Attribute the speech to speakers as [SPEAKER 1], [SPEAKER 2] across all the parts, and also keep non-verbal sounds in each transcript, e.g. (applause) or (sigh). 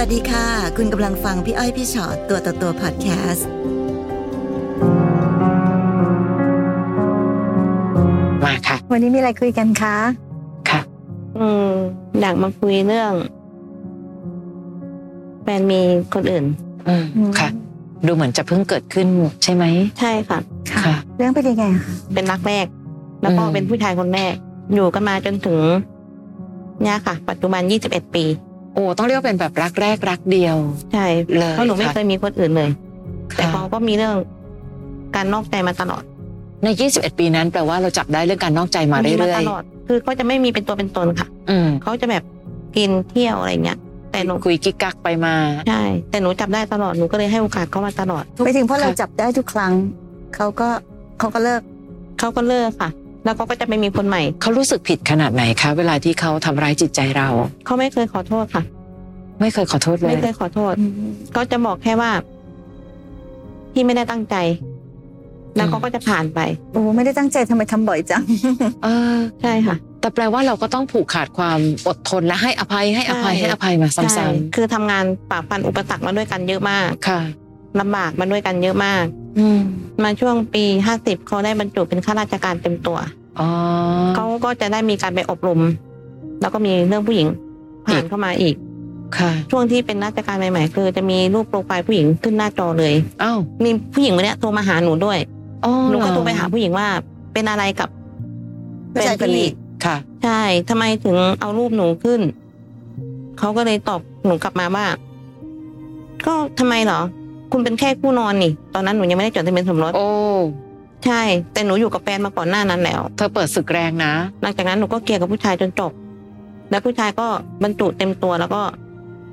[SPEAKER 1] วัสดีค่ะ คุณกำลังฟังพี่อ้อยพี่ชอตตัวต่อตัวพอดแคสต์
[SPEAKER 2] มาค่ะ
[SPEAKER 3] วันนี้มีอะไรคุยกันคะ
[SPEAKER 4] อืมอยากมาคุยเรื่องแฟนมีคนอื่น
[SPEAKER 2] อืม
[SPEAKER 3] อืม
[SPEAKER 2] ค่ะ ดูเหมือนจะเพิ่งเกิดขึ้นใช่ไหม
[SPEAKER 4] ใช่ค่ะ
[SPEAKER 2] ค่ะ
[SPEAKER 3] เรื่องเป็นยังไงคะ
[SPEAKER 4] เป็นรักแรก แล้วก็
[SPEAKER 2] อืม
[SPEAKER 4] เป็นผู้ชายคนแรก อยู่กันมาจนถึง เนี่ยค่ะ ปัจจุบันยี่สิบเอ็ดปี
[SPEAKER 2] โอ้ต้องเรียกว่าเป็นแบบรักแรกรักเดียว
[SPEAKER 4] ใช่
[SPEAKER 2] เลย
[SPEAKER 4] เพราะหนูไม่
[SPEAKER 2] ค่ะ
[SPEAKER 4] เคยมีคนอื่นเลย แต่
[SPEAKER 2] ค่ะ
[SPEAKER 4] เขาก็มีเรื่องการนอกใจมาตลอด
[SPEAKER 2] ใน 21 ปีนั้นแปลว่าเราจับได้เรื่องการนอกใจมา
[SPEAKER 4] มีมา
[SPEAKER 2] เรื่อ
[SPEAKER 4] ต
[SPEAKER 2] ย
[SPEAKER 4] ลอด คือเขาจะไม่มีเป็นตัวเป็นตนค่ะ
[SPEAKER 2] ๆอืม
[SPEAKER 4] เขาจะแบบกินเที่ยวอะไรเงี้ย แต่หนู
[SPEAKER 2] คุยกิ๊กกักไปมา
[SPEAKER 4] ใช่ แต่หนูจับได้ตลอดหนูก็เลยให้โอกาสเขามาตลอด
[SPEAKER 3] ไปถึงเพราะเรา
[SPEAKER 2] ค่ะ
[SPEAKER 3] จับได้ทุกครั้ง เขาก็เขาก็เลิก
[SPEAKER 4] เขาก็เลิกค่ะ แล้วเขาก็จะไปมีคนใหม่
[SPEAKER 2] เขารู้สึกผิดขนาดไหนคะ เวลาที่เขาทำร้ายจิตใจเรา
[SPEAKER 4] เขาไม่เคยขอโทษค่ะ
[SPEAKER 2] ไม่เคยขอโทษเล
[SPEAKER 4] ไม่
[SPEAKER 2] ย
[SPEAKER 4] เคยขอโทษ ก็จะบอกแค่ว่าที่ไม่ได้ตั้งใจ แล้ว
[SPEAKER 2] อืม
[SPEAKER 4] เขาก็จะผ่านไป
[SPEAKER 3] โอ้ไม่ได้ตั้งใจทำไมทำบ่อยจัง
[SPEAKER 2] เออ
[SPEAKER 4] ใช่ค่ะ
[SPEAKER 2] แต่แปลว่าเราก็ต้องผูกขาดความอดทนและให้อภัยให้อภัย
[SPEAKER 4] ใช่
[SPEAKER 2] ให้อภัยมาซ้
[SPEAKER 4] ใช่
[SPEAKER 2] ำ
[SPEAKER 4] คือทำงานปราบฟันอุปสรรคมาด้วยกันเยอะมาก
[SPEAKER 2] ๆค่ะ
[SPEAKER 4] ลำบากมาด้วยกันเยอะมาก
[SPEAKER 2] อืม
[SPEAKER 4] มาช่วงปีห้าสิบเขาได้บรรจุเป็นข้าราชการเต็มตัว
[SPEAKER 2] อ๋อ
[SPEAKER 4] เขาก็จะได้มีการไปอบรม แล้วก็มีเรื่องผู้หญิงผ่า
[SPEAKER 2] อี
[SPEAKER 4] น
[SPEAKER 2] ก
[SPEAKER 4] เข้ามาอีก
[SPEAKER 2] ค่ะ
[SPEAKER 4] ช่วงที่เป็นราชการใหม่ๆคือจะมีรูปโปรไฟล์ผู้หญิงขึ้นหน้าจอเลย
[SPEAKER 2] อ้าว
[SPEAKER 4] มีผู้หญิงคนเนี้ยโทรมาหาหนูด้วย
[SPEAKER 2] อ๋อ
[SPEAKER 4] หนูก็โทรไปหาผู้หญิงว่า เป็นอะไรกับ
[SPEAKER 3] ผู้ชายคนนี้
[SPEAKER 4] พี่
[SPEAKER 2] ค่ะ
[SPEAKER 4] ใช่ ทำไมถึงเอารูปหนูขึ้น เขาก็เลยตอบหนูกลับมาว่า ก็ทำไมเหรอ คุณเป็นแค่คู่นอนนี่ ตอนนั้นหนูยังไม่ได้จดทะเบียนสมรส
[SPEAKER 2] โอ้
[SPEAKER 4] ใช่ แต่หนูอยู่กับแฟนมาก่อนหน้านั้นแล้ว
[SPEAKER 2] เธอเปิดศึกแรงนะ
[SPEAKER 4] หลังจากนั้นหนูก็เกลียดกับผู้ชายจนจบ แล้วผู้ชายก็บรรจุเต็มตัวแล้วก็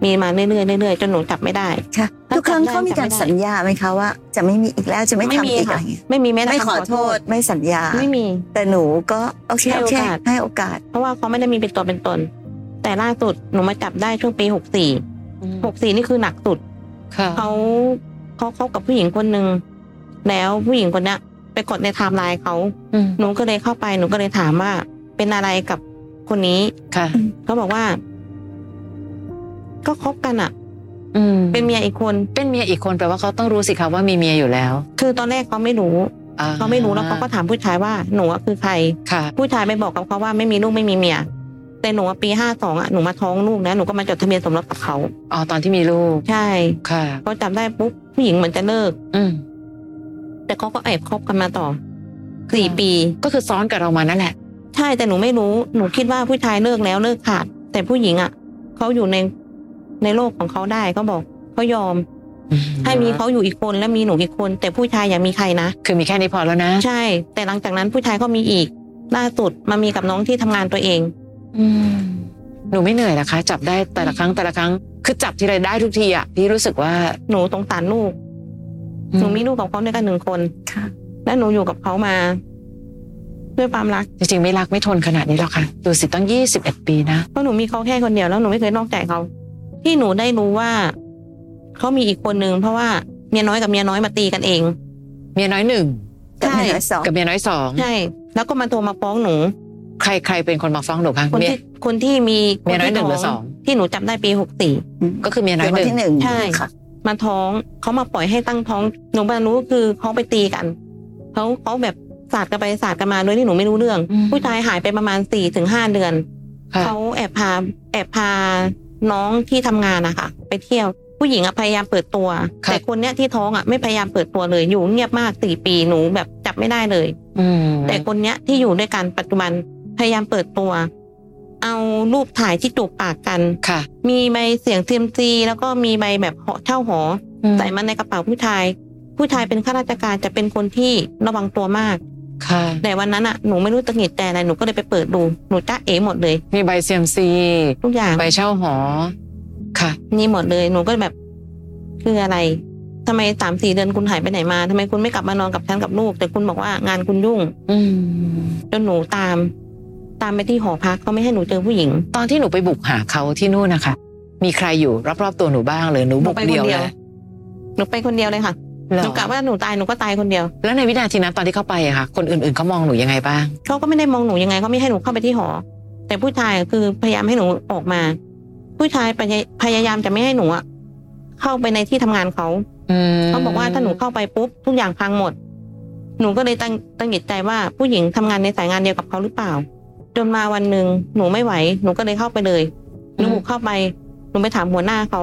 [SPEAKER 4] มีมาเรื่อยๆเรื่อยๆจนหนูจับไม่ได้
[SPEAKER 3] ค่ะทุกครั้งเขามีการ
[SPEAKER 4] จำไม่ได้
[SPEAKER 3] สัญญาไหมคะว่า จะไม่มีอีกแล้วจะไม่
[SPEAKER 4] ไม่มี
[SPEAKER 3] ทำอีกอะ
[SPEAKER 4] ค่ะ
[SPEAKER 3] ไรเงี้ย
[SPEAKER 4] ไม่มีแม้แต่
[SPEAKER 3] ไม่
[SPEAKER 4] คำ
[SPEAKER 3] ขอโทษไม่สัญญา
[SPEAKER 4] ไม่มี
[SPEAKER 3] แต่หนูก็โอเค
[SPEAKER 4] ให้
[SPEAKER 3] โอ
[SPEAKER 4] โอ
[SPEAKER 3] เค
[SPEAKER 4] กาส
[SPEAKER 3] ให้โอกาส
[SPEAKER 4] เพราะว่าเขาไม่ได้มีเป็นตัวเป็นตน แต่ล่าสุดหนูมาจับได้ช่วงปีหกสี่หกสี่นี่คือหนักสุด
[SPEAKER 2] ค่ะ
[SPEAKER 4] เขาเขาคบกับผู้หญิงคนหนึ่งแล้วผู้หญิงคนเนี้ยไปกดในไทม์ไลน์เขา
[SPEAKER 2] อืม
[SPEAKER 4] หนูก็เลยเข้าไปหนูก็เลยถามว่า เป็นอะไรกับคนนี้
[SPEAKER 2] ค่ะ
[SPEAKER 4] เขาบอกว่า ก็คบกันอะ
[SPEAKER 2] อืม
[SPEAKER 4] เป็นเมียอีกคน
[SPEAKER 2] เป็นเมียอีกคนแปลว่าเขาต้องรู้สิคะว่ามีเมียอยู่แล้ว
[SPEAKER 4] คือตอนแรกเขาไม่รู้
[SPEAKER 2] อ่
[SPEAKER 4] เขาไม่รู้แล้วเขาก็ถามผู้ชายว่าหนูอะคือใคร
[SPEAKER 2] ค่ะ
[SPEAKER 4] ผู้ชายไปบอกกับเขาว่าไม่มีลูกไม่มีเมียแต่หนูอะปีห้าสองอะหนูมาท้องลูกนะหนูก็มาจดทะเบียนสมรสกับเขา
[SPEAKER 2] อ๋อตอนที่มีลูก
[SPEAKER 4] ใช่
[SPEAKER 2] ค่ะ
[SPEAKER 4] พอจับได้ปุ๊บผู้หญิงเหมือนจะเลิก
[SPEAKER 2] อืม
[SPEAKER 4] แต่เขาก็แอบคบกันมาต่อสี่ปี
[SPEAKER 2] ก็คือซ้อนกับเรามานั่นแหละ
[SPEAKER 4] ใช่แต่หนูไม่รู้หนูคิดว่าผู้ชายเลิกแล้วเลิกขาด แต่ผู้หญิงอ่ะเขาอยู่ในในโลกของเขาได้เขาบอกเขายอม ให้มีเขาอยู่อีกคนและมีหนูอีกคน แต่ผู้ชายอย่ามีใครนะ
[SPEAKER 2] คือมีแค่นี้พอแล้วนะ
[SPEAKER 4] ใช่ แต่หลังจากนั้นผู้ชายก็มีอีกล่าสุดมามีกับน้องที่ทำงานตัวเอง
[SPEAKER 2] อืมหนูไม่เหนื่อยนะคะ จับได้แต่ละครั้งแต่ละครั้ง คือจับทีไรได้ทุกทีอะพี่รู้สึกว่า
[SPEAKER 4] หนูสงสารลูกหนูมีลูกกับเขาด้วยกันหนึ่งคน
[SPEAKER 3] ค่ะ
[SPEAKER 4] และหนูอยู่กับเขามา ด้วยความรัก
[SPEAKER 2] จริงๆไม่รักไม่ทนขนาดนี้หรอกค่ะ ดูสิตั้ง21 ปีนะ
[SPEAKER 4] เพราะหนูมีเขาแค่คนเดียวแล้วหนูไม่เคยนอกใจเขาที่หนูได้รู้ว่าเขามีอีกคนนึงเพราะว่าเมียน้อยกับเมียน้อยมาตีกันเอง
[SPEAKER 2] เมียน้อยหนึ่ง
[SPEAKER 3] กับ
[SPEAKER 4] ใช่
[SPEAKER 3] หนึ่งร้อยสอง
[SPEAKER 2] กับเมียน้อยสอง
[SPEAKER 4] ใช่ แล้วก็มาโทรมาฟ้องหนู
[SPEAKER 2] ใครใครเป็นคนมาฟ้องหนูคะ
[SPEAKER 4] คน
[SPEAKER 2] เมีย
[SPEAKER 4] ที่คนที่มี
[SPEAKER 2] เมียน้อยหนึ่งหรือสอง
[SPEAKER 4] ที่หนูจับได้ปีหกสี่
[SPEAKER 2] ก็คือเมียน้อ
[SPEAKER 3] เป็
[SPEAKER 2] ย
[SPEAKER 3] นวัน
[SPEAKER 2] หนึ่ง
[SPEAKER 3] ที่หนึ่ง
[SPEAKER 4] ใช่
[SPEAKER 3] ค่ะ
[SPEAKER 4] มาท้องเขามาปล่อยให้ตั้งท้องหนูมารู้คือเขาไปตีกันเขาเขาแบบสาดกันไปสาดกันมาโดยที่หนูไม่รู้เรื่อง
[SPEAKER 2] อืม
[SPEAKER 4] ผู้ชายหายไปประมาณสี่ถึงห้าเดือน
[SPEAKER 2] ค่ะ
[SPEAKER 4] เขาแอบพาแอบพาน้องที่ทำงานนะคะไปเที่ยวผู้หญิงอะพยายามเปิดตัว
[SPEAKER 2] ครับ
[SPEAKER 4] แต่คนเนี้ยที่ท้องอะไม่พยายามเปิดตัวเลยอยู่เงียบมากสี่ปีหนูแบบจับไม่ได้เลย
[SPEAKER 2] อืม
[SPEAKER 4] แต่คนเนี้ยที่อยู่ด้วยกันปัจจุบันพยายามเปิดตัว เอารูปถ่ายที่จูบปากกัน
[SPEAKER 2] ค่ะ
[SPEAKER 4] มีใบเสียงเซียมซีแล้วก็มีใบแบบเหาะเช่าหอ
[SPEAKER 2] อืม
[SPEAKER 4] ใส่มาในกระเป๋าผู้ชาย ผู้ชายเป็นข้าราชการจะเป็นคนที่ระวังตัวมาก
[SPEAKER 2] ค่ะ
[SPEAKER 4] แต่วันนั้นอ่ะหนูไม่รู้ตะหงิดแต่อะไรหนูก็เลยไปเปิดดูหนูจ้าเอ๋หมดเลย
[SPEAKER 2] มีใบเซียมซี
[SPEAKER 4] ทุกอย่าง
[SPEAKER 2] ใบเช่าหอ ค่ะ
[SPEAKER 4] นี่หมดเลยหนูก็แบบคืออะไรทำไมสามสี่เดือนคุณหายไปไหนมาทำไมคุณไม่กลับมานอนกับฉันกับลูก แต่คุณบอกว่างานคุณยุ่ง
[SPEAKER 2] อืม
[SPEAKER 4] จนหนูตาม ตามไปที่หอพักเขาไม่ให้หนูเจอผู้หญิง
[SPEAKER 2] ตอนที่หนูไปบุกหาเขาที่นู่นนะคะ มีใครอยู่รอบๆตัวหนูบ้างหรือหนู
[SPEAKER 4] หนู
[SPEAKER 2] บุก
[SPEAKER 4] ไป
[SPEAKER 2] เดียว
[SPEAKER 4] คนเดี
[SPEAKER 2] เลย
[SPEAKER 4] ยว หนูไปคนเดียวเลยค่ะ
[SPEAKER 2] เหร
[SPEAKER 4] ห
[SPEAKER 2] อ
[SPEAKER 4] นูกะว่าหนูตายหนูก็ตายคนเดียว
[SPEAKER 2] แล้วในวินาทีนั้นตอนที่เข้าไปอะค่ะ คนอื่นๆเขามองหนูยังไงบ้าง
[SPEAKER 4] เขาก็ไม่ได้มองหนูยังไงเขาไม่ให้หนูเข้าไปที่หอ แต่ผู้ชายคือพยายามให้หนูออกมา ผู้ชายพยายพยายามจะไม่ให้หนูอะเข้าไปในที่ทำงานเขา
[SPEAKER 2] ม
[SPEAKER 4] เขาบอกว่าถ้าหนูเข้าไปปุ๊บทุกอย่างพังหมด หนูก็เลยตั้งตั้งจิตใจว่าผู้หญิงทำงานในสายงานเดียวกับเขาหรือเปล่า จนมาวันหนึ่งหนูไม่ไหว หนูก็เลยเข้าไปเลยหนูบุกเข้าไปหนูไปถามหัวหน้าเขา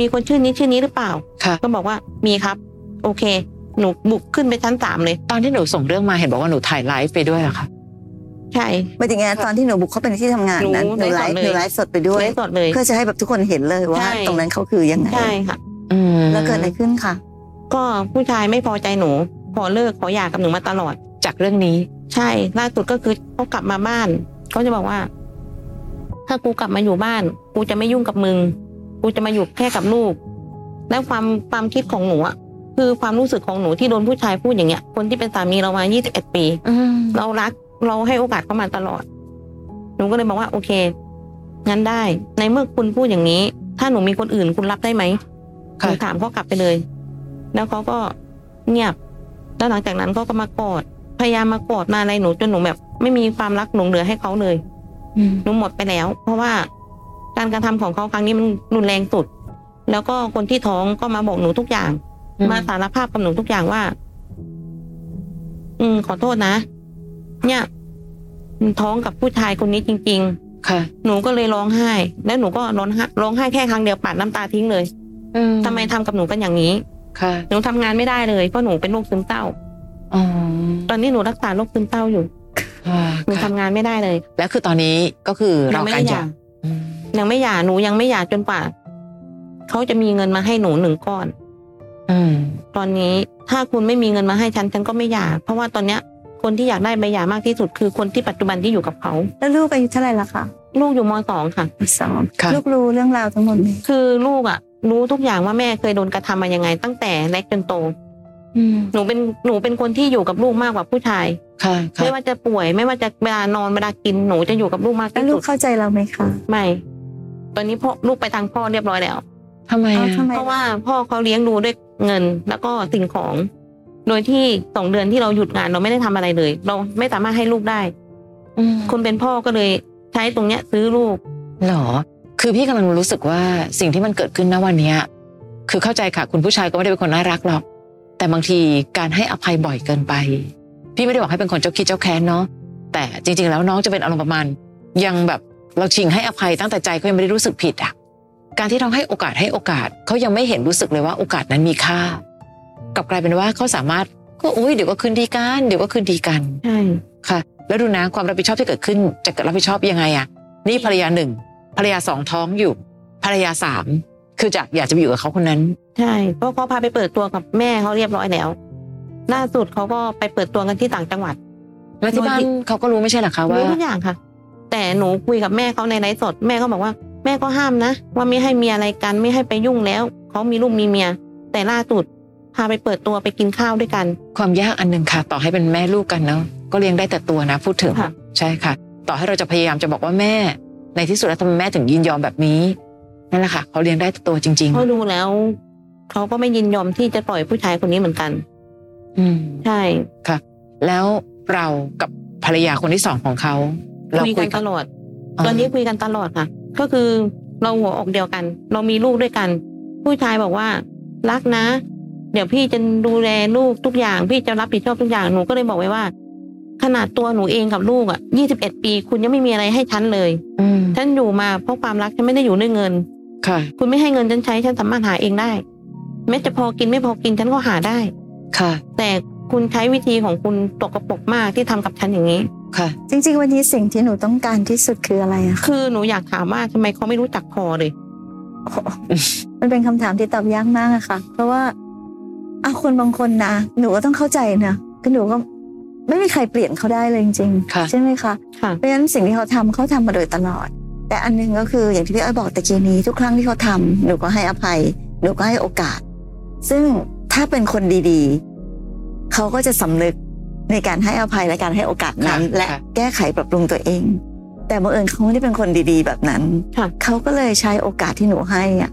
[SPEAKER 4] มีคนชื่อนี้ชื่อนี้หรือเปล่า
[SPEAKER 2] ค่ะ
[SPEAKER 4] ก็บอกว่ามีครับ โอเค หนูบุกขึ้นไปชั้นสามเลย
[SPEAKER 2] ตอนที่หนูส่งเรื่องมาเห็นบอกว่าหนูถ่ายไลฟ์ไปด้วยเหรอคะ
[SPEAKER 4] ใช่
[SPEAKER 3] ไม่ถึงไงตอนที่หนูบุกเข้าไปในที่ทำงานนั้น
[SPEAKER 4] หนู
[SPEAKER 3] หนูไลฟ์
[SPEAKER 4] ไลฟ์สดเลย
[SPEAKER 3] หนูไลฟ์สดไปด้วย
[SPEAKER 4] ได้สดเลย
[SPEAKER 3] เพื่อจะให้แบบทุกคนเห็นเลยว่า
[SPEAKER 4] ใช่
[SPEAKER 3] ตรงนั้นเขาคือยังไง
[SPEAKER 4] ใช่ค่ะ
[SPEAKER 2] อืม
[SPEAKER 3] แล้วเกิดอะไรขึ้นคะ
[SPEAKER 4] ก็ผู้ชายไม่พอใจหนูขอเลิกขอหย่ากับหนูมาตลอด
[SPEAKER 2] จากเรื่องนี้
[SPEAKER 4] ใช่ล่าสุดก็คือเขากลับมาบ้านเขาจะบอกว่า ถ้ากูกลับมาอยู่บ้าน กูจะไม่ยุ่งกับมึง กูจะมาอยู่แค่กับลูก แล้วความความคิดของหนูอะคือความรู้สึกของหนูที่โดนผู้ชายพูดอย่างเงี้ย คนที่เป็นสามีเรามา 21 ปี
[SPEAKER 2] อืม
[SPEAKER 4] เรารักเราให้โอกาสเขามาตลอด หนูก็เลยบอกว่า โอเคงั้นได้ ในเมื่อคุณพูดอย่างนี้ ถ้าหนูมีคนอื่นคุณรับได้ไหมห
[SPEAKER 2] ค่ะ
[SPEAKER 4] นูถามเขากลับไปเลย แล้วเขาก็เงียบ แล้วหลังจากนั้นเขาก็มากอด พยายามมากอดมาอะไรหนูจนหนูแบบ ไม่มีความรักหลงเหลือให้เขาเลย
[SPEAKER 2] อืม
[SPEAKER 4] หนูหมดไปแล้ว เพราะว่าการกระทำของเขาครั้งนี้มันรุนแรงสุด แล้วก็คนที่ท้องก็มาบอกหนูทุกอย่าง มาสารภาพกับหนูทุกอย่างว่า อืม ขอโทษนะ เนี่ยมันท้องกับผู้ชายคนนี้จริง
[SPEAKER 2] ค่ะ
[SPEAKER 4] ๆ หนูก็เลยร้องไห้ แล้วหนูก็ร้องไห้ร้องไห้แค่ครั้งเดียวปาดน้ำตาทิ้งเลย
[SPEAKER 2] อื
[SPEAKER 4] ทำไมทำกับหนูกันอย่างนี้
[SPEAKER 2] ค่ะ
[SPEAKER 4] หนูทำงานไม่ได้เลยเพราะหนูเป็นโรคซึมเศร้า
[SPEAKER 2] อ๋อ
[SPEAKER 4] ตอนนี้หนูรักษาโรคซึมเศร้าอยู่
[SPEAKER 2] ค่ะ
[SPEAKER 4] หนูทำงานไม่ได้เลย
[SPEAKER 2] แล้วคือตอนนี้ก็คือ
[SPEAKER 4] ยั
[SPEAKER 2] เรา
[SPEAKER 4] ไม่
[SPEAKER 2] กา
[SPEAKER 4] ได้
[SPEAKER 2] ร
[SPEAKER 4] ห
[SPEAKER 2] หย่า
[SPEAKER 4] ย่า
[SPEAKER 2] อืม
[SPEAKER 4] ยังไม่หย่าหนูยังไม่หย่าจนกว่าเขาจะมีเงินมาให้หนูหนึ่งก้อน
[SPEAKER 2] อืม
[SPEAKER 4] ตอนนี้ถ้าคุณไม่มีเงินมาให้ฉันฉันก็ไม่หย่าเพราะว่าตอนเนี้ย คนที่อยากได้ใบหย่ามากที่สุดคือคนที่ปัจจุบันที่อยู่กับเขา
[SPEAKER 3] แล้วลูกอายุเท่าไหร่ละคะ
[SPEAKER 4] ลูกอยู่มสองค่ะ
[SPEAKER 3] สอง
[SPEAKER 2] ค่ะ
[SPEAKER 3] ลูกรู้เรื่องราวทั้งหมดไหม
[SPEAKER 4] คือลูกอ่ะ รู้ทุกอย่างว่าแม่เคยโดนกระทำมายังไง ตั้งแต่เล็กจนโต หนูเป็นหนูเป็นคนที่อยู่กับลูกมากกว่าผู้ชาย
[SPEAKER 2] ค่ะค่ะ
[SPEAKER 4] ไม่ว่าจะป่วย ไม่ว่าจะเวลานอนเวลากินหนูจะอยู่กับลูกมาก
[SPEAKER 3] แล้ว
[SPEAKER 4] ที่
[SPEAKER 3] ลู
[SPEAKER 4] สุ
[SPEAKER 3] ก
[SPEAKER 4] ด
[SPEAKER 3] เข้าใจเราไหมคะ
[SPEAKER 4] ไม่ตอนนี้พ่อลูกไปทางพ่อเรียบร้อยแล้ว
[SPEAKER 2] ทำไม
[SPEAKER 3] อ้าว
[SPEAKER 2] อะ
[SPEAKER 3] ทำไม
[SPEAKER 4] เพราะว่าพ่อเขาเลี้ยงดูด้วยเงินแล้วก็สิ่งของ โดยที่สองเดือนที่เราหยุดงานเราไม่ได้ทำอะไรเลย เราไม่สามารถให้ลูกได้
[SPEAKER 2] อืม
[SPEAKER 4] คนเป็นพ่อก็เลยใช้ตรงเนี้ยซื้อลูก
[SPEAKER 2] หรอ คือพี่กำลังรู้สึกว่าสิ่งที่มันเกิดขึ้นณวันเนี้ยคือเข้าใจค่ะคุณผู้ชายก็ไม่ได้เป็นคนน่ารักหรอก แต่บางทีการให้อภัยบ่อยเกินไป พี่ไม่ได้บอกให้เป็นคนเจ้าคิดเจ้าแค้นเนาะ แต่จริง ๆ แล้วน้องจะเป็นอารมณ์ประมาณ ยังแบบเราชิงให้อภัยตั้งแต่ใจเขายังไม่ได้รู้สึกผิดอ่ะ การที่เราให้โอกาสให้โอกาสเขายังไม่เห็นรู้สึกเลยว่าโอกาสนั้นมีค่า กลับกลายเป็นว่าเขาสามารถก็อุ้ยเดี๋ยวก็คืนดีกันเดี๋ยวก็คืนดีกัน
[SPEAKER 4] ใช่
[SPEAKER 2] ค่ะแล้วดูนะความรับผิดชอบที่เกิดขึ้นจะเกิดรับผิดชอบยังไงอะนี่ภรรยาหนึ่งภรรยาสองท้องอยู่ ภรรยาสามคือจากอยากจะไปอยู่กับเขาคนนั้น
[SPEAKER 4] ใช่ เพราะเขาพาไปเปิดตัวกับแม่เขาเรียบร้อยแล้ว ล่าสุดเขาก็ไปเปิดตัวกันที่ต่างจังหวัด
[SPEAKER 2] แล้วที่บ้าน
[SPEAKER 4] โดยที่
[SPEAKER 2] เขาก็รู้ไม่ใช่เหรอคะว่า
[SPEAKER 4] รู้ทุกอย่างค่ะ แต่หนูคุยกับแม่เขาในไลฟ์สด แม่ก็บอกว่า แม่ก็ห้ามนะ ว่าไม่ให้มีอะไรกันไม่ให้ไปยุ่งแล้วเขามีลูกมีเมีย แต่ล่าสุดพาไปเปิดตัวไปกินข้าวด้วยกัน
[SPEAKER 2] ความยากอันหนึ่งค่ะ ต่อให้เป็นแม่ลูกกันเนาะก็เลี้ยงได้แต่ตัวนะพูดถึง
[SPEAKER 4] ค่ะ
[SPEAKER 2] ใช่ค่ะ ต่อให้เราจะพยายามจะบอกว่าแม่ ในที่สุดแล้วทำไมแม่ถึงยินยอมแบบนี้นั่นแหละค่ะเขาเลี้ยงได้แต่ตัวจริง
[SPEAKER 4] เขาดูแล้วเขาก็ไม่ยินยอมที่จะปล่อยผู้ชายคนนี้เหมือนกัน
[SPEAKER 2] ๆ อืม
[SPEAKER 4] ใช่
[SPEAKER 2] แล้วเรากับภรรยาคนที่สองของเขาเรา
[SPEAKER 4] คุย
[SPEAKER 2] คุ
[SPEAKER 4] กั
[SPEAKER 2] ย
[SPEAKER 4] น
[SPEAKER 2] กั
[SPEAKER 4] ต
[SPEAKER 2] น
[SPEAKER 4] ลอด ตอนนี้คุยกันตลอดค่ะ ก็คือเราหัวอกเดียวกัน เรามีลูกด้วยกัน ผู้ชายบอกว่า รักนะ เดี๋ยวพี่จะดูแลลูกทุกอย่าง พี่จะรับผิดชอบทุกอย่าง หนูก็เลยบอกไว้ว่า ขนาดตัวหนูเองกับลูกอ่ะยี่สิบเอ็ดปี คุณยังไม่มีอะไรให้ฉันเลย
[SPEAKER 2] อืม
[SPEAKER 4] ฉันอยู่มาเพราะความรักฉันไม่ได้อยู่ด้วยเงิน
[SPEAKER 2] ค่ะ
[SPEAKER 4] คุณไม่ให้เงินฉันใช้ฉันสามารถหาเองได้ แม้จะพอกินไม่พอกินฉันก็หาได้
[SPEAKER 2] ค่ะ
[SPEAKER 4] แต่คุณใช้วิธีของคุณตกกระปรกมากที่ทำกับฉันอย่างนี้
[SPEAKER 2] ค่ะ
[SPEAKER 3] จริง ๆ วันนี้สิ่งที่หนูต้องการที่สุดคืออะไรอะ
[SPEAKER 2] (laughs)
[SPEAKER 3] คะ
[SPEAKER 4] คือหนูอยากถามว่าทำไมเขาไม่รู้จักพอเลย
[SPEAKER 3] มันเป็นคำถามที่ตอบยากมากอะค่ะ เพราะว่าเอาคนบางคนนะหนูก็ต้องเข้าใจนะคือหนูก็ไม่มีใครเปลี่ยนเขาได้เลยจริง
[SPEAKER 2] ค่ะ
[SPEAKER 3] ๆใช่ไหมคะ
[SPEAKER 4] ค่ะ
[SPEAKER 3] เพราะฉะนั้นสิ่งที่เขาทำเขาทำมาโดยตลอด แต่อันหนึงก็คืออย่างที่พี่อ้อยบอกตะกี้นี้ทุกครั้งที่เขาทำหนูก็ให้อภัย หนูก็ให้โอกาส ซึ่งถ้าเป็นคนดีๆ เขาก็จะสำนึกในการให้อภัยและการให้โอกาสนั้น
[SPEAKER 2] ค่ะ
[SPEAKER 3] และ
[SPEAKER 2] ค่ะ
[SPEAKER 3] แก้ไขปรับปรุงตัวเอง แต่บังเอิญเขาไม่ได้เป็นคนดีๆ แบบนั้น
[SPEAKER 4] ค่ะ
[SPEAKER 3] เขาก็เลยใช้โอกาสที่หนูให้อะ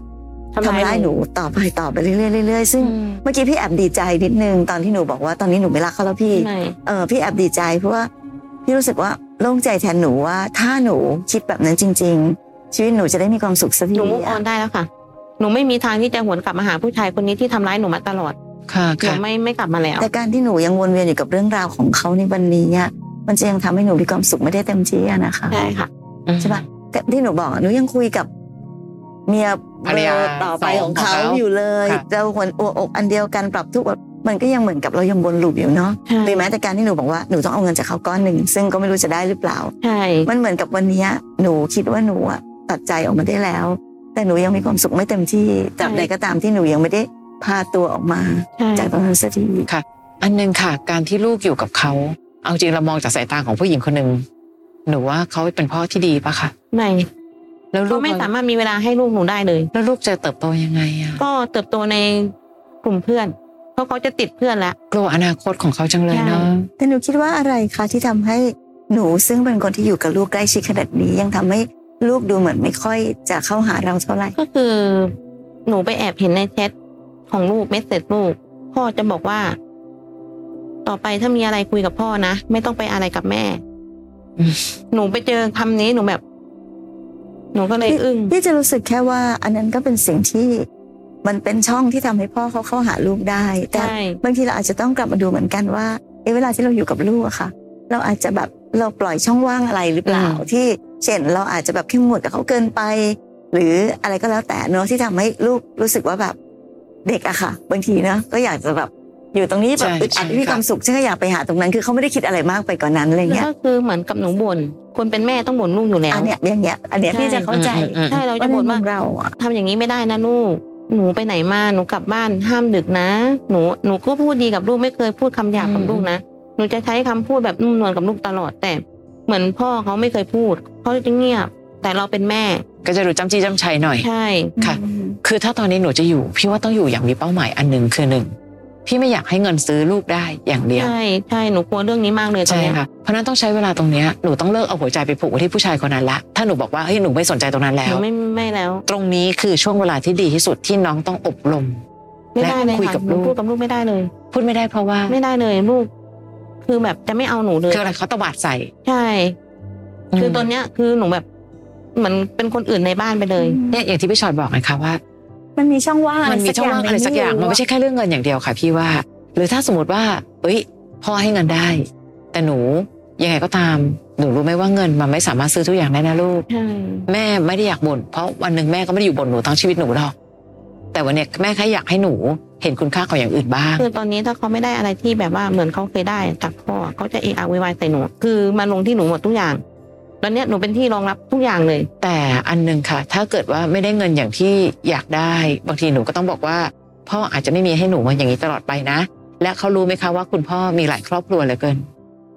[SPEAKER 3] ทำร้ายหนูต่อไปต่อไปเรื่อยๆเรื่อยๆซึ่งเมื่อกี้พี่แอบดีใจนิดนึงตอนที่หนูบอกว่าตอนนี้หนูไม่รักเขาแล้วพี่
[SPEAKER 4] ใช่
[SPEAKER 3] เออพี่แอบดีใจเพราะว่าพี่รู้สึกว่าโล่งใจแทนหนูว่า ถ้าหนูคิดแบบนั้นจริง ๆ ชีวิตหนูจะได้มีความสุขสักที
[SPEAKER 4] หนูมุกออ
[SPEAKER 3] อะ
[SPEAKER 4] นได้แล้วค่ะ หนูไม่มีทางที่จะหวนกลับมาหาผู้ชายคนนี้ที่ทำร้ายหนูมาตลอด
[SPEAKER 2] ค่ะ
[SPEAKER 4] หนู
[SPEAKER 2] ค่ะ
[SPEAKER 4] ไม่ไม่กลับมาแล้ว
[SPEAKER 3] แต่การที่หนูยังวนเวียนอยู่กับเรื่องราวของเขาในวันนี้อะมันจะยังทำให้หนูมีความสุขไม่ได้เต็มที่อะนะคะ
[SPEAKER 4] ใช่ค่ะ
[SPEAKER 3] ใช่ปะ แต่ที่หนูบอกอะหนูยังคุยกับ เมียเบ
[SPEAKER 2] ภรรยา
[SPEAKER 3] อร์ต่อไป
[SPEAKER 2] ส
[SPEAKER 3] ข
[SPEAKER 2] อ
[SPEAKER 3] องง
[SPEAKER 2] ของ
[SPEAKER 3] เขา
[SPEAKER 2] เขา
[SPEAKER 3] อยู่เลย
[SPEAKER 2] ค่ะ
[SPEAKER 3] เราหัวอกอันเดียวกันปรับทุกข์แบบมันก็ยังเหมือนกับเรายังวนลูปอยู่เนาะ
[SPEAKER 4] ใช่
[SPEAKER 3] หรือแม้แต่การที่หนูบอกว่าหนูต้องเอาเงินจากเขาก้อนหนึ่งซึ่งก็ไม่รู้จะได้หรือเปล่า
[SPEAKER 4] ใช่
[SPEAKER 3] มันเหมือนกับวันเนี้ยหนูคิดว่าหนูอะตัดใจออกมาได้แล้ว แต่หนูยังมีความสุขไม่เต็มที่ตราบใดก็ตามที่หนูยังไม่ได้พาตัวออกมา
[SPEAKER 4] ใช่
[SPEAKER 3] จากตรงนั้นสักที
[SPEAKER 2] อันหนึ่งค่ะ การที่ลูกอยู่กับเขา เอาจริงเรามองจากสายตาของผู้หญิงคนหนึ่งหนูว่าเขาเป็นพ่อที่ดีปะคะ
[SPEAKER 4] ไม่
[SPEAKER 2] แล้วลู
[SPEAKER 4] ก็
[SPEAKER 2] ก
[SPEAKER 4] ไม่สามารถมีเวลาให้ลูกหนูได้เลย
[SPEAKER 2] แล้วลูกจะเติบโตยังไงอะ
[SPEAKER 4] ก็เติบโตในกลุ่มเพื่อน เพราะเขาจะติดเพื่อนแล้ว
[SPEAKER 2] กลัวอนาคตของเขาจังเลยเนาะ
[SPEAKER 3] แต่หนูคิดว่าอะไรคะที่ทำให้หนูซึ่งเป็นคนที่อยู่กับลูกใกล้ชิดขนาดนี้ ยังทำให้ลูกดูเหมือนไม่ค่อยจะเข้าหาเราเท่าไหร่
[SPEAKER 4] ก็คือหนูไปแอบเห็นในแชทของลูกเมสเซจลูก พ่อจะบอกว่า ต่อไปถ้ามีอะไรคุยกับพ่อนะ ไม่ต้องไปอะไรกับแม่
[SPEAKER 3] (laughs)
[SPEAKER 2] อืม
[SPEAKER 4] หนูไปเจอคำนี้หนูแบบ หนูก็เลยอึ้ง
[SPEAKER 3] พี่จะรู้สึกแค่ว่าอันนั้นก็เป็นสิ่งที่มันเป็นช่องที่ทำให้พ่อเขาเข้าหาลูกได้ แต่
[SPEAKER 4] ใช่
[SPEAKER 3] บางทีเราอาจจะต้องกลับมาดูเหมือนกันว่าเอะเวลาที่เราอยู่กับลูกอะค่ะ เราอาจจะแบบเราปล่อยช่องว่างอะไรหรือเปล่า
[SPEAKER 2] อืม
[SPEAKER 3] ที่เช่นเราอาจจะแบบเข้มงวดกับเขาเกินไป หรืออะไรก็แล้วแต่เนอะที่ทำให้ลูกรู้สึกว่าแบบเด็กอะค่ะ บางทีเนอะก็อยากจะแบบอยู่ตรงนี้แบบ
[SPEAKER 2] ใช่
[SPEAKER 3] อึดอัด
[SPEAKER 2] ใช่
[SPEAKER 3] ไม่มีความ
[SPEAKER 2] ค่ะ
[SPEAKER 3] สุขฉันก็อยากไปหาตรงนั้นคือเขาไม่ได้คิดอะไรมากไปกว่านนั้นอะไร
[SPEAKER 4] แล้ว
[SPEAKER 3] เงี้ย
[SPEAKER 4] ก็คือเหมือนกับหนูบ่นคนเป็นแม่ต้องบ่นลูกอยู่แล้ว
[SPEAKER 3] อันเนี้ยอย่างเงี้ยอันเนี้ยพี่จะเข้าใจ
[SPEAKER 2] อืมอืมอืม
[SPEAKER 4] ใช่เราจะบ่นว่า
[SPEAKER 3] เรื่องเราอะ
[SPEAKER 4] ทำอย่างนี้ไม่ได้นะลูก หนูไปไหนมาหนูกลับบ้านห้ามดึกนะ หนูหนูก็พูดดีกับลูกไม่เคยพูดคำหยาบกับ
[SPEAKER 2] อืม
[SPEAKER 4] ลูกนะ หนูจะใช้คำพูดแบบนุ่มนวลกับลูกตลอดแต่ เหมือนพ่อเขาไม่เคยพูดเขาจะเงียบ แต่เราเป็นแม่
[SPEAKER 2] ก็จะดูจำจี้จำชัยหน่อย
[SPEAKER 4] ใช่
[SPEAKER 2] ค่ะ คือถ้าตอนนี้หนูจะอยู่ พี่ว่าต้องอยู่อย่างมีเป้าหมายอันหนึ่งคือหนึ่งพี่ไม่อยากให้เงินซื้อลูกได้อย่างเดียว
[SPEAKER 4] ใช่ใช่หนูกลัวเรื่องนี้มากเลยตอน
[SPEAKER 2] ใช่
[SPEAKER 4] เนี้ย
[SPEAKER 2] ค่ะ เพราะฉะนั้นต้องใช้เวลาตรงเนี้ยหนูต้องเลิกเอาหัวใจไปผูกไว้ที่ผู้ชายคนนั้นละ ถ้าหนูบอกว่าเฮ้ยหนูไม่สนใจตรงนั้น
[SPEAKER 4] ห
[SPEAKER 2] แล้
[SPEAKER 4] นู
[SPEAKER 2] ว
[SPEAKER 4] ไม่ไม่แล้ว
[SPEAKER 2] ตรงนี้คือช่วงเวลาที่ดีที่สุดที่น้องต้องอบรม
[SPEAKER 4] ไม่ได้เลย
[SPEAKER 2] และคุยกั
[SPEAKER 4] ค่ะ
[SPEAKER 2] บ
[SPEAKER 4] หนู
[SPEAKER 2] ลูก
[SPEAKER 4] พูดกับลูกไม่ได้เลย
[SPEAKER 2] พูดไม่ได้เพราะว่า
[SPEAKER 4] ไม่ได้เลยลูก คือแบบจะไม่เอาหนูเลย
[SPEAKER 2] คืออะไรเขาตวาดใส่
[SPEAKER 4] ใช่ คือตอนเนี้ยคือหนูแบบเหมือนเป็นคนอื่นในบ้านไปเลย
[SPEAKER 2] เนี่ยอย่างที่พี่ชอยบอกไงคะว่า
[SPEAKER 3] มันมีช่องว่าง
[SPEAKER 2] มันมีช่องว่างอะไรสักอย่างมันไม่ใช่แค่เรื่องเงินอย่างเดียวค่ะพี่ว่า หรือถ้าสมมติว่าเอ้ยพ่อให้เงินได้ แต่หนูยังไงก็ตาม หนูรู้ไหมว่าเงินมันไม่สามารถซื้อทุกอย่างได้นะลูก
[SPEAKER 4] ใช่
[SPEAKER 2] แม่ไม่ได้อยากบ่นเพราะวันหนึ่งแม่ก็ไม่ได้อยู่บ่นหนูทั้งชีวิตหนูหรอกแต่วันเนี้ยแม่แค่อยากให้หนูเห็นคุณค่าของอย่างอื่นบ้าง
[SPEAKER 4] คือตอนนี้ถ้าเขาไม่ได้อะไรที่แบบว่าเหมือนเขาเคยได้จากพ่อเขาจะเอะอะโวยวายใส่หนู คือมาลงที่หนูหมดทุกอย่าง ตอนเนี้ยหนูเป็นที่รองรับทุกอย่างเลย
[SPEAKER 2] แต่อันหนึ่งค่ะ ถ้าเกิดว่าไม่ได้เงินอย่างที่อยากได้ บางทีหนูก็ต้องบอกว่า พ่ออาจจะไม่มีให้หนูมาอย่างนี้ตลอดไปนะ และเขารู้ไหมคะว่าคุณพ่อมีหลายครอบครัวเหลือเกิน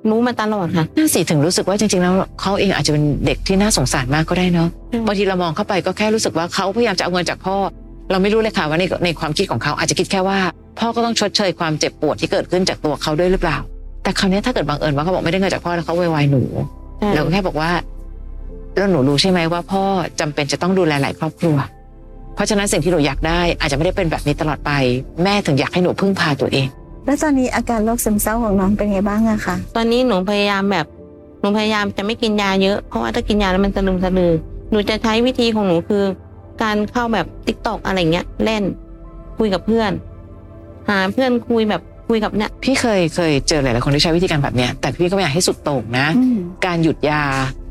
[SPEAKER 4] รู้มาตลอดค่ะ
[SPEAKER 2] น่าสิถึงรู้สึกว่าจริง ๆ แล้วเขาเองอาจจะเป็นเด็กที่น่าสงสารมากก็ได้เนาะ
[SPEAKER 4] ใช่
[SPEAKER 2] บางทีเรามองเข้าไปก็แค่รู้สึกว่าเขาพยายามจะเอาเงินจากพ่อ เราไม่รู้เลยค่ะว่าในในความคิดของเขาอาจจะคิดแค่ว่า พ่อก็ต้องชดเชยความเจ็บปวดที่เกิดขึ้นจากตัวเขาด้วยหรือเปล่า แต่คราวเนี้ยถ้าเกิดบังเอิญว่าเขาบอกไม่ได้เงินจากพ่อแล้วเขาโวยวายหนู
[SPEAKER 4] ใช่
[SPEAKER 2] เราก็แค่บอกว่าแล้วหนูรู้ใช่ไหมว่าพ่อจำเป็นจะต้องดูแลหลายครอบครัว เพราะฉะนั้นสิ่งที่หนูอยากได้อาจจะไม่ได้เป็นแบบนี้ตลอดไป แม่ถึงอยากให้หนูพึ่งพาตัวเอง
[SPEAKER 3] แล้วตอนนี้อาการโรคซึมเศร้าของน้องเป็นไงบ้างอะคะ
[SPEAKER 4] ตอนนี้หนูพยายามแบบหนูพยายามจะไม่กินยาเยอะ เพราะว่าถ้ากินยาแล้วมันสะลึมสะลือ หนูจะใช้วิธีของหนูคือ การเข้าแบบติ๊กตอกอะไรเงี้ยเล่น คุยกับเพื่อน หาเพื่อนคุยแบบคุยกับเนี่ย
[SPEAKER 2] พี่เคยเคยเจอหลาย ๆ คนที่ใช้วิธีการแบบเนี้ยแต่พี่ก็ไม่อยากให้สุดโต่งนะ การหยุดยา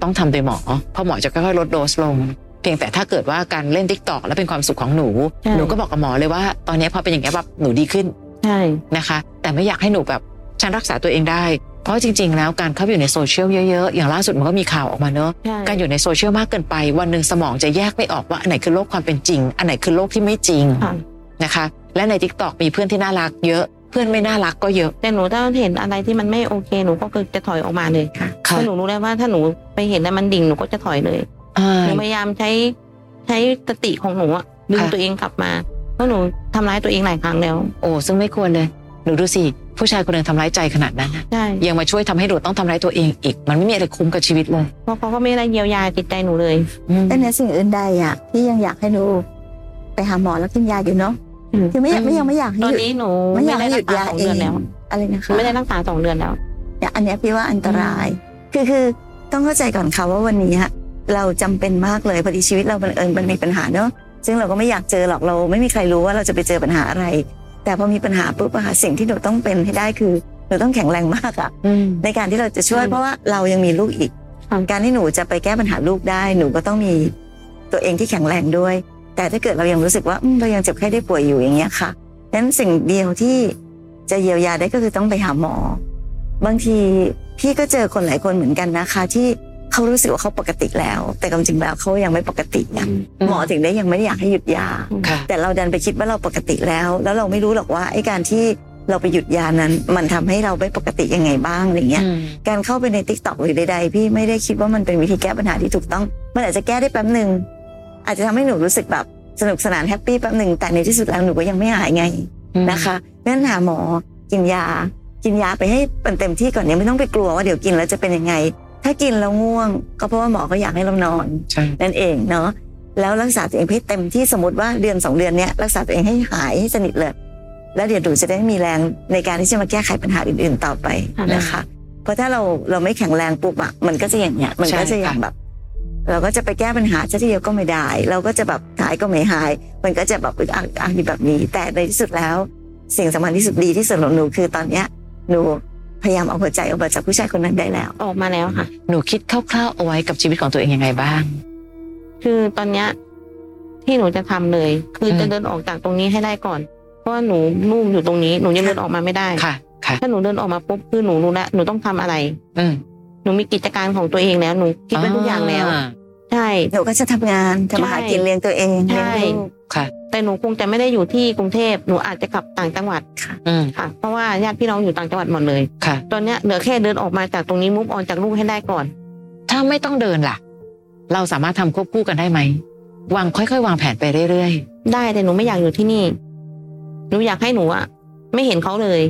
[SPEAKER 2] ต้องทำโดยหมอ เพราะหมอจะค่อย ๆ ลดโดสลง เพียงแต่ถ้าเกิดว่าการเล่นทิกตอกและเป็นความสุขของหนู
[SPEAKER 4] ใช่
[SPEAKER 2] หนูก็บอกกับหมอเลยว่า ตอนนี้พอเป็นอย่างนี้ยแบบหนูดีขึ้น
[SPEAKER 4] ใช่
[SPEAKER 2] นะคะ แต่ไม่อยากให้หนูแบบฉันรักษาตัวเองได้ เพราะจริง ๆ แล้วการเข้าไปอยู่ในโซเชียลเยอะ ๆ อย่างล่าสุดมันก็มีข่าวออกมาเนอะ
[SPEAKER 4] ใช่
[SPEAKER 2] การอยู่ในโซเชียลมากเกินไป วันหนึ่งสมองจะแยกไม่ออกว่าอันไหนคือโลกความเป็นจริง อันไหนคือโลกที่ไม่จริง
[SPEAKER 4] ค่ะ
[SPEAKER 2] นะคะ และในทิกตอกมีเพื่อนที่น่ารักเยอะ เพื่อนไม่น่ารักก็เยอะ
[SPEAKER 4] แต่หนูถ้าเห็นอะไรที่มันไม่โอเคหนูก็คือจะถอยออกมาเลยค่ะ
[SPEAKER 2] ค่ะ
[SPEAKER 4] ถ้าหนูรู้แล้วว่าถ้าหนูไปเห็นแล้วมันดิ่งหนูก็จะถอยเลย
[SPEAKER 2] อ่า
[SPEAKER 4] หนูพยายามใช้ใช้สติของหนูอะดึง
[SPEAKER 2] ค่ะ
[SPEAKER 4] ตัวเองกลับมาเพราะหนูทำร้ายตัวเองหลายครั้งแล้ว
[SPEAKER 2] โอ้ซึ่งไม่ควรเลยหนูดูสิผู้ชายคนหนึ่งทำร้ายใจขนาดนั้นน่ะ
[SPEAKER 4] ใช่
[SPEAKER 2] ยังมาช่วยทำให้หนูต้องทำร้ายตัวเองอีก มันไม่มีอะไรคุ้มกับชีวิตเลย
[SPEAKER 4] เพราะเขาก็ไม่ได้เยียวยาจิตใจหนูเลย
[SPEAKER 2] อืม
[SPEAKER 3] แต่ในสิ่งอื่นใดอะที่ยังอยากให้หนูไปหาหมอแล้วกินยาอยู่เนาะคือไม่อยาก
[SPEAKER 2] อืม
[SPEAKER 3] ไม่ยังไม่อยากให้
[SPEAKER 4] ตอน
[SPEAKER 3] หยุด
[SPEAKER 4] นี้หนู
[SPEAKER 3] ไม่อยากให้หยุดยา
[SPEAKER 4] สอง
[SPEAKER 3] เอ
[SPEAKER 4] เดือง นแล้ว
[SPEAKER 3] อะไรนะ
[SPEAKER 4] หนู
[SPEAKER 3] คะ
[SPEAKER 4] ไม่ได้รักษาสองเดือนแล้ว
[SPEAKER 3] เนี่ยอันเนี้ยพี่ว่าอันตราย คือคือต้องเข้าใจก่อนค่ะว่าวันนี้ เราจำเป็นมากเลยพอดีชีวิตเราบังเอิญมันมีปัญหาเนอะซึ่งเราก็ไม่อยากเจอหรอกเรา ไม่มีใครรู้ว่าเราจะไปเจอปัญหาอะไร แต่พอมีปัญหาปุ๊บอะค่ะสิ่งที่หนูต้องเป็นให้ได้คือหนูต้องแข็งแรงมากอะ
[SPEAKER 2] อืม
[SPEAKER 3] ในการที่เราจะช่วย
[SPEAKER 4] อืม
[SPEAKER 3] เพราะว่าเรายังมีลูกอีก
[SPEAKER 4] ค่ะ
[SPEAKER 3] การที่หนูจะไปแก้ปัญหาลูกได้หนูก็ต้องมีตัวเองที่แข็งแรงด้วย แต่ถ้าเกิดเรายังรู้สึกว่าอืมเรายังเจ็บไข้ได้ป่วยอยู่อย่างเงี้ยค่ะนั้นสิ่งเดียวที่จะเยียวยาได้ก็คือต้องไปหาหมอ บางทีพี่ก็เจอคนหลายคนเหมือนกันนะคะ ที่เขารู้สึกว่าเขาปกติแล้ว แต่ความจริงแล้วเขายังไม่ปกติอะ
[SPEAKER 2] อืม
[SPEAKER 3] หมอถึงได้ยังไม่ได้อยากให้หยุดยา
[SPEAKER 2] ค่ะ
[SPEAKER 3] แต่เราดันไปคิดว่าเราปกติแล้ว แล้วเราไม่รู้หรอกว่าไอ้การที่เราไปหยุดยานั้น มันทำให้เราไม่ปกติยังไงบ้างอะไรเงี้ย การเข้าไปในทิกตอกหรือใดๆพี่ไม่ได้คิดว่ามันเป็นวิธีแก้ปัญหาที่ถูกต้อง มันอาจจะแก้ได้แป๊บหนึ่งอาจจะทำให้หนูรู้สึกแบบสนุกสนานแฮปปี้แป๊บหนึ่งแต่ในที่สุดแล้วหนูก็ยังไม่หายไงนะคะนั่นหาหมอกินยา กินยาไปให้มันเต็มที่ก่อนเนี่ยไม่ต้องไปกลัวว่าเดี๋ยวกินแล้วจะเป็นยังไง ถ้ากินแล้วง่วง ก็เพราะว่าหมอก็อยากให้เรานอน
[SPEAKER 2] ใช่
[SPEAKER 3] นั่นเองเนาะแล้วรักษาตัวเองให้เต็มที่สมมติว่าเดือนสองเดือนเนี้ยรักษาตัวเองให้หายให้สนิทเลย แล้วเดี๋ยวหนูจะได้มีแรงในการที่จะมาแก้ไขปัญหาอื่นๆต่อไป
[SPEAKER 4] ค่ะ
[SPEAKER 3] นะคะ เพราะถ้าเราเราไม่แข็งแรงปุ๊บอะมันก็จะอย่างเงี้ยมันก็จะอย่างแบบ เราก็จะไปแก้ปัญหาซะทีเดียวก็ไม่ได้ เราก็จะแบบหายก็ไม่หาย มันก็จะแบบอึดอัดอัดอยู่แบบนี้ แต่ในที่สุดแล้ว สิ่งสำคัญที่สุดดีที่สุดของหนูคือตอนเนี้ยหนูพยายามเอาหัวใจออกมาจากผู้ชายคนนั้นได้แล้ว
[SPEAKER 4] ออกมาแล้วค่ะ
[SPEAKER 2] หนูคิดคร่าวๆเอาไว้กับชีวิตของตัวเองยังไงบ้าง
[SPEAKER 4] คือตอนเนี้ยที่หนูจะทำเลย คืออ
[SPEAKER 2] ม
[SPEAKER 4] จะเดินออกจากตรงนี้ให้ได้ก่อน เพราะว่าหนูนุ่มอยู่ตรงนี้หนูยังเดินออกมาไม่ได้
[SPEAKER 2] ค่ะ ค่ะ
[SPEAKER 4] ถ้าหนูเดินออกมาปุ๊บคือหนูรู้ละหนูต้องทำอะไร
[SPEAKER 2] อืม
[SPEAKER 4] หนูมีกิจการของตัวเองแล้วหนูคิดไว้ทุกอย่างแล้ว ใช่
[SPEAKER 3] หนูก็จะทำงานทำมาหากินเลี้ยงตัวเองเลี้ยง
[SPEAKER 4] ใช่
[SPEAKER 3] ลูก
[SPEAKER 2] ค่ะ
[SPEAKER 4] แต่หนูคงจะไม่ได้อยู่ที่กรุงเทพหนูอาจจะกลับต่างจังหวัด
[SPEAKER 2] อืม
[SPEAKER 4] ค่ะ เพราะว่าญาติพี่น้องอยู่ต่างจังหวัดหมดเลย
[SPEAKER 2] ค่ะ
[SPEAKER 4] ตอนเนี้ยเหลือแค่เดินออกมาจากตรงนี้มุกออนจากลูกให้ได้ก่อน
[SPEAKER 2] ถ้าไม่ต้องเดินล่ะ เราสามารถทำควบคู่กันได้ไหม วางค่อยๆ วางแผนไปเรื่อย
[SPEAKER 4] ได้แต่หนูไม่อยากอยู่ที่นี่ หนูอยากให้หนูอะไม่เห็นเขาเลย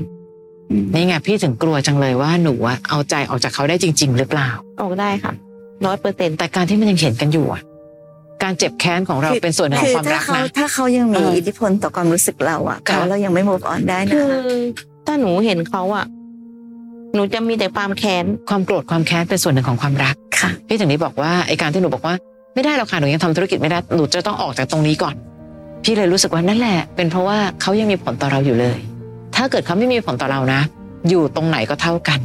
[SPEAKER 2] ๆ นี่ไงพี่ถึงกลัวจังเลยว่าหนูอะเอาใจออกจากเขาได้จริง ๆ หรือเปล่า
[SPEAKER 4] ออกได้ค่ะร้อยเปอร์เซ็นต์
[SPEAKER 2] แต่การที่มันยังเห็นกันอยู่อะการเจ็บแค้นของเรา
[SPEAKER 3] คือ
[SPEAKER 2] เป็นส่วนหนึ่งข
[SPEAKER 3] คืออง
[SPEAKER 2] ความ
[SPEAKER 3] ถ้า
[SPEAKER 2] รัก
[SPEAKER 3] เขา
[SPEAKER 2] นะ
[SPEAKER 3] ถ้าเขายังมี
[SPEAKER 2] เอออิ
[SPEAKER 3] อิทธิพลต่อความรู้สึกเราอ่ะ
[SPEAKER 2] ค่ะ
[SPEAKER 3] เขาเรายังไม่ move on ได้นะ
[SPEAKER 4] คือถ้าหนูเห็นเขาอะหนูจะมีแต่ความแค้น
[SPEAKER 2] ความโกรธความแค้นเป็นส่วนหนึ่งของความรัก
[SPEAKER 3] ค่ะ
[SPEAKER 2] พี่ถึงได้บอกว่าไอการที่หนูบอกว่าไม่ได้หรอกค่ะหนูยังทำธุรกิจไม่ได้หนูจะต้องออกจากตรงนี้ก่อน พี่เลยรู้สึกว่านั่นแหละ เป็นเพราะว่าเขายังมีผลต่อเราอยู่เลย ถ้าเกิดเขาไม่มีผลต่อเรานะ อยู่ตรงไหนก็เท่ากัน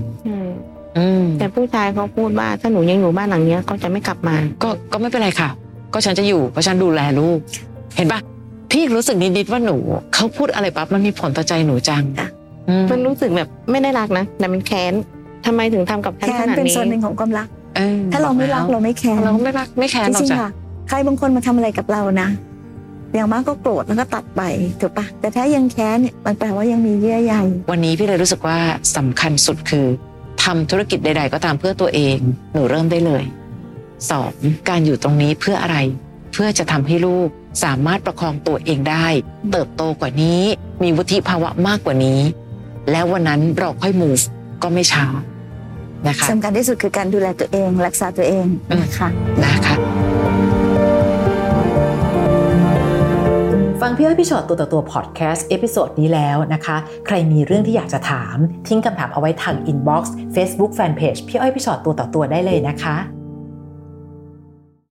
[SPEAKER 2] อืม
[SPEAKER 4] แต่ผู้ชายเขาพูดว่าถ้าหนูยังอยู่บ้านหลังเนี้ยเขาจะไม่กลับมา
[SPEAKER 2] ก็ก็ไม่เป็นไรค่ะ ก็ฉันจะอยู่เพราะฉันดูแลลูก เห็นปะพี่รู้สึกนิดๆว่าหนูเขาพูดอะไรปั๊บมันมีผลต่อใจหนูจัง
[SPEAKER 3] ค่ะ
[SPEAKER 2] อืม
[SPEAKER 4] มันรู้สึกแบบไม่ได้รักนะแต่มันแค้นทำไมถึงทำกับฉัน
[SPEAKER 3] แค้
[SPEAKER 4] ข
[SPEAKER 3] น
[SPEAKER 4] นาด
[SPEAKER 3] เป็น
[SPEAKER 4] นี้
[SPEAKER 3] ส่วนหนึ่งของความรัก
[SPEAKER 2] ออ
[SPEAKER 3] ถ้าเราไม่รักเราไม่แค้น
[SPEAKER 2] เราก็ไม่รักไม่แคร์
[SPEAKER 3] จ
[SPEAKER 2] หรอ
[SPEAKER 3] ริ
[SPEAKER 2] ก
[SPEAKER 3] ง
[SPEAKER 2] จ้ะ
[SPEAKER 3] ๆค่ะ ใครบางคนมาทำอะไรกับเรานะ อย่างมากก็โกรธแล้วก็ตัดไปถูกปะแต่ถ้ายังแค้นเนี่ยมันแปลว่ายังมีเยื่อใย
[SPEAKER 2] วันนี้พี่เลยรู้สึกว่าสำคัญสุดคือทำธุรกิจใด ๆ ก็ตามเพื่อตัวเอง หนูเริ่มได้เลยสองการอยู่ตรงนี้เพื่ออะไร เพื่อจะทำให้ลูกสามารถประคองตัวเองได้ เติบโตกว่านี้ มีวุฒิภาวะมากกว่านี้ แล้ววันนั้นเราค่อย move ก็ไม่ช้านะคะ
[SPEAKER 3] สำคัญที่สุดคือการดูแลตัวเอง รักษาตัวเอง
[SPEAKER 2] อืม
[SPEAKER 3] นะคะ
[SPEAKER 2] นะคะ
[SPEAKER 5] ฟังพี่อ้อยพี่ชอตตัวต่อตัวพอดแคสต์เอพิโซดนี้แล้วนะคะ ใครมีเรื่องที่อยากจะถาม ทิ้งคำถามเอาไว้ทางอินบ็อกซ์เฟซบุ๊กแฟนเพจพี่อ้อยพี่ชอตตัวต่อตัวได้เลยนะคะ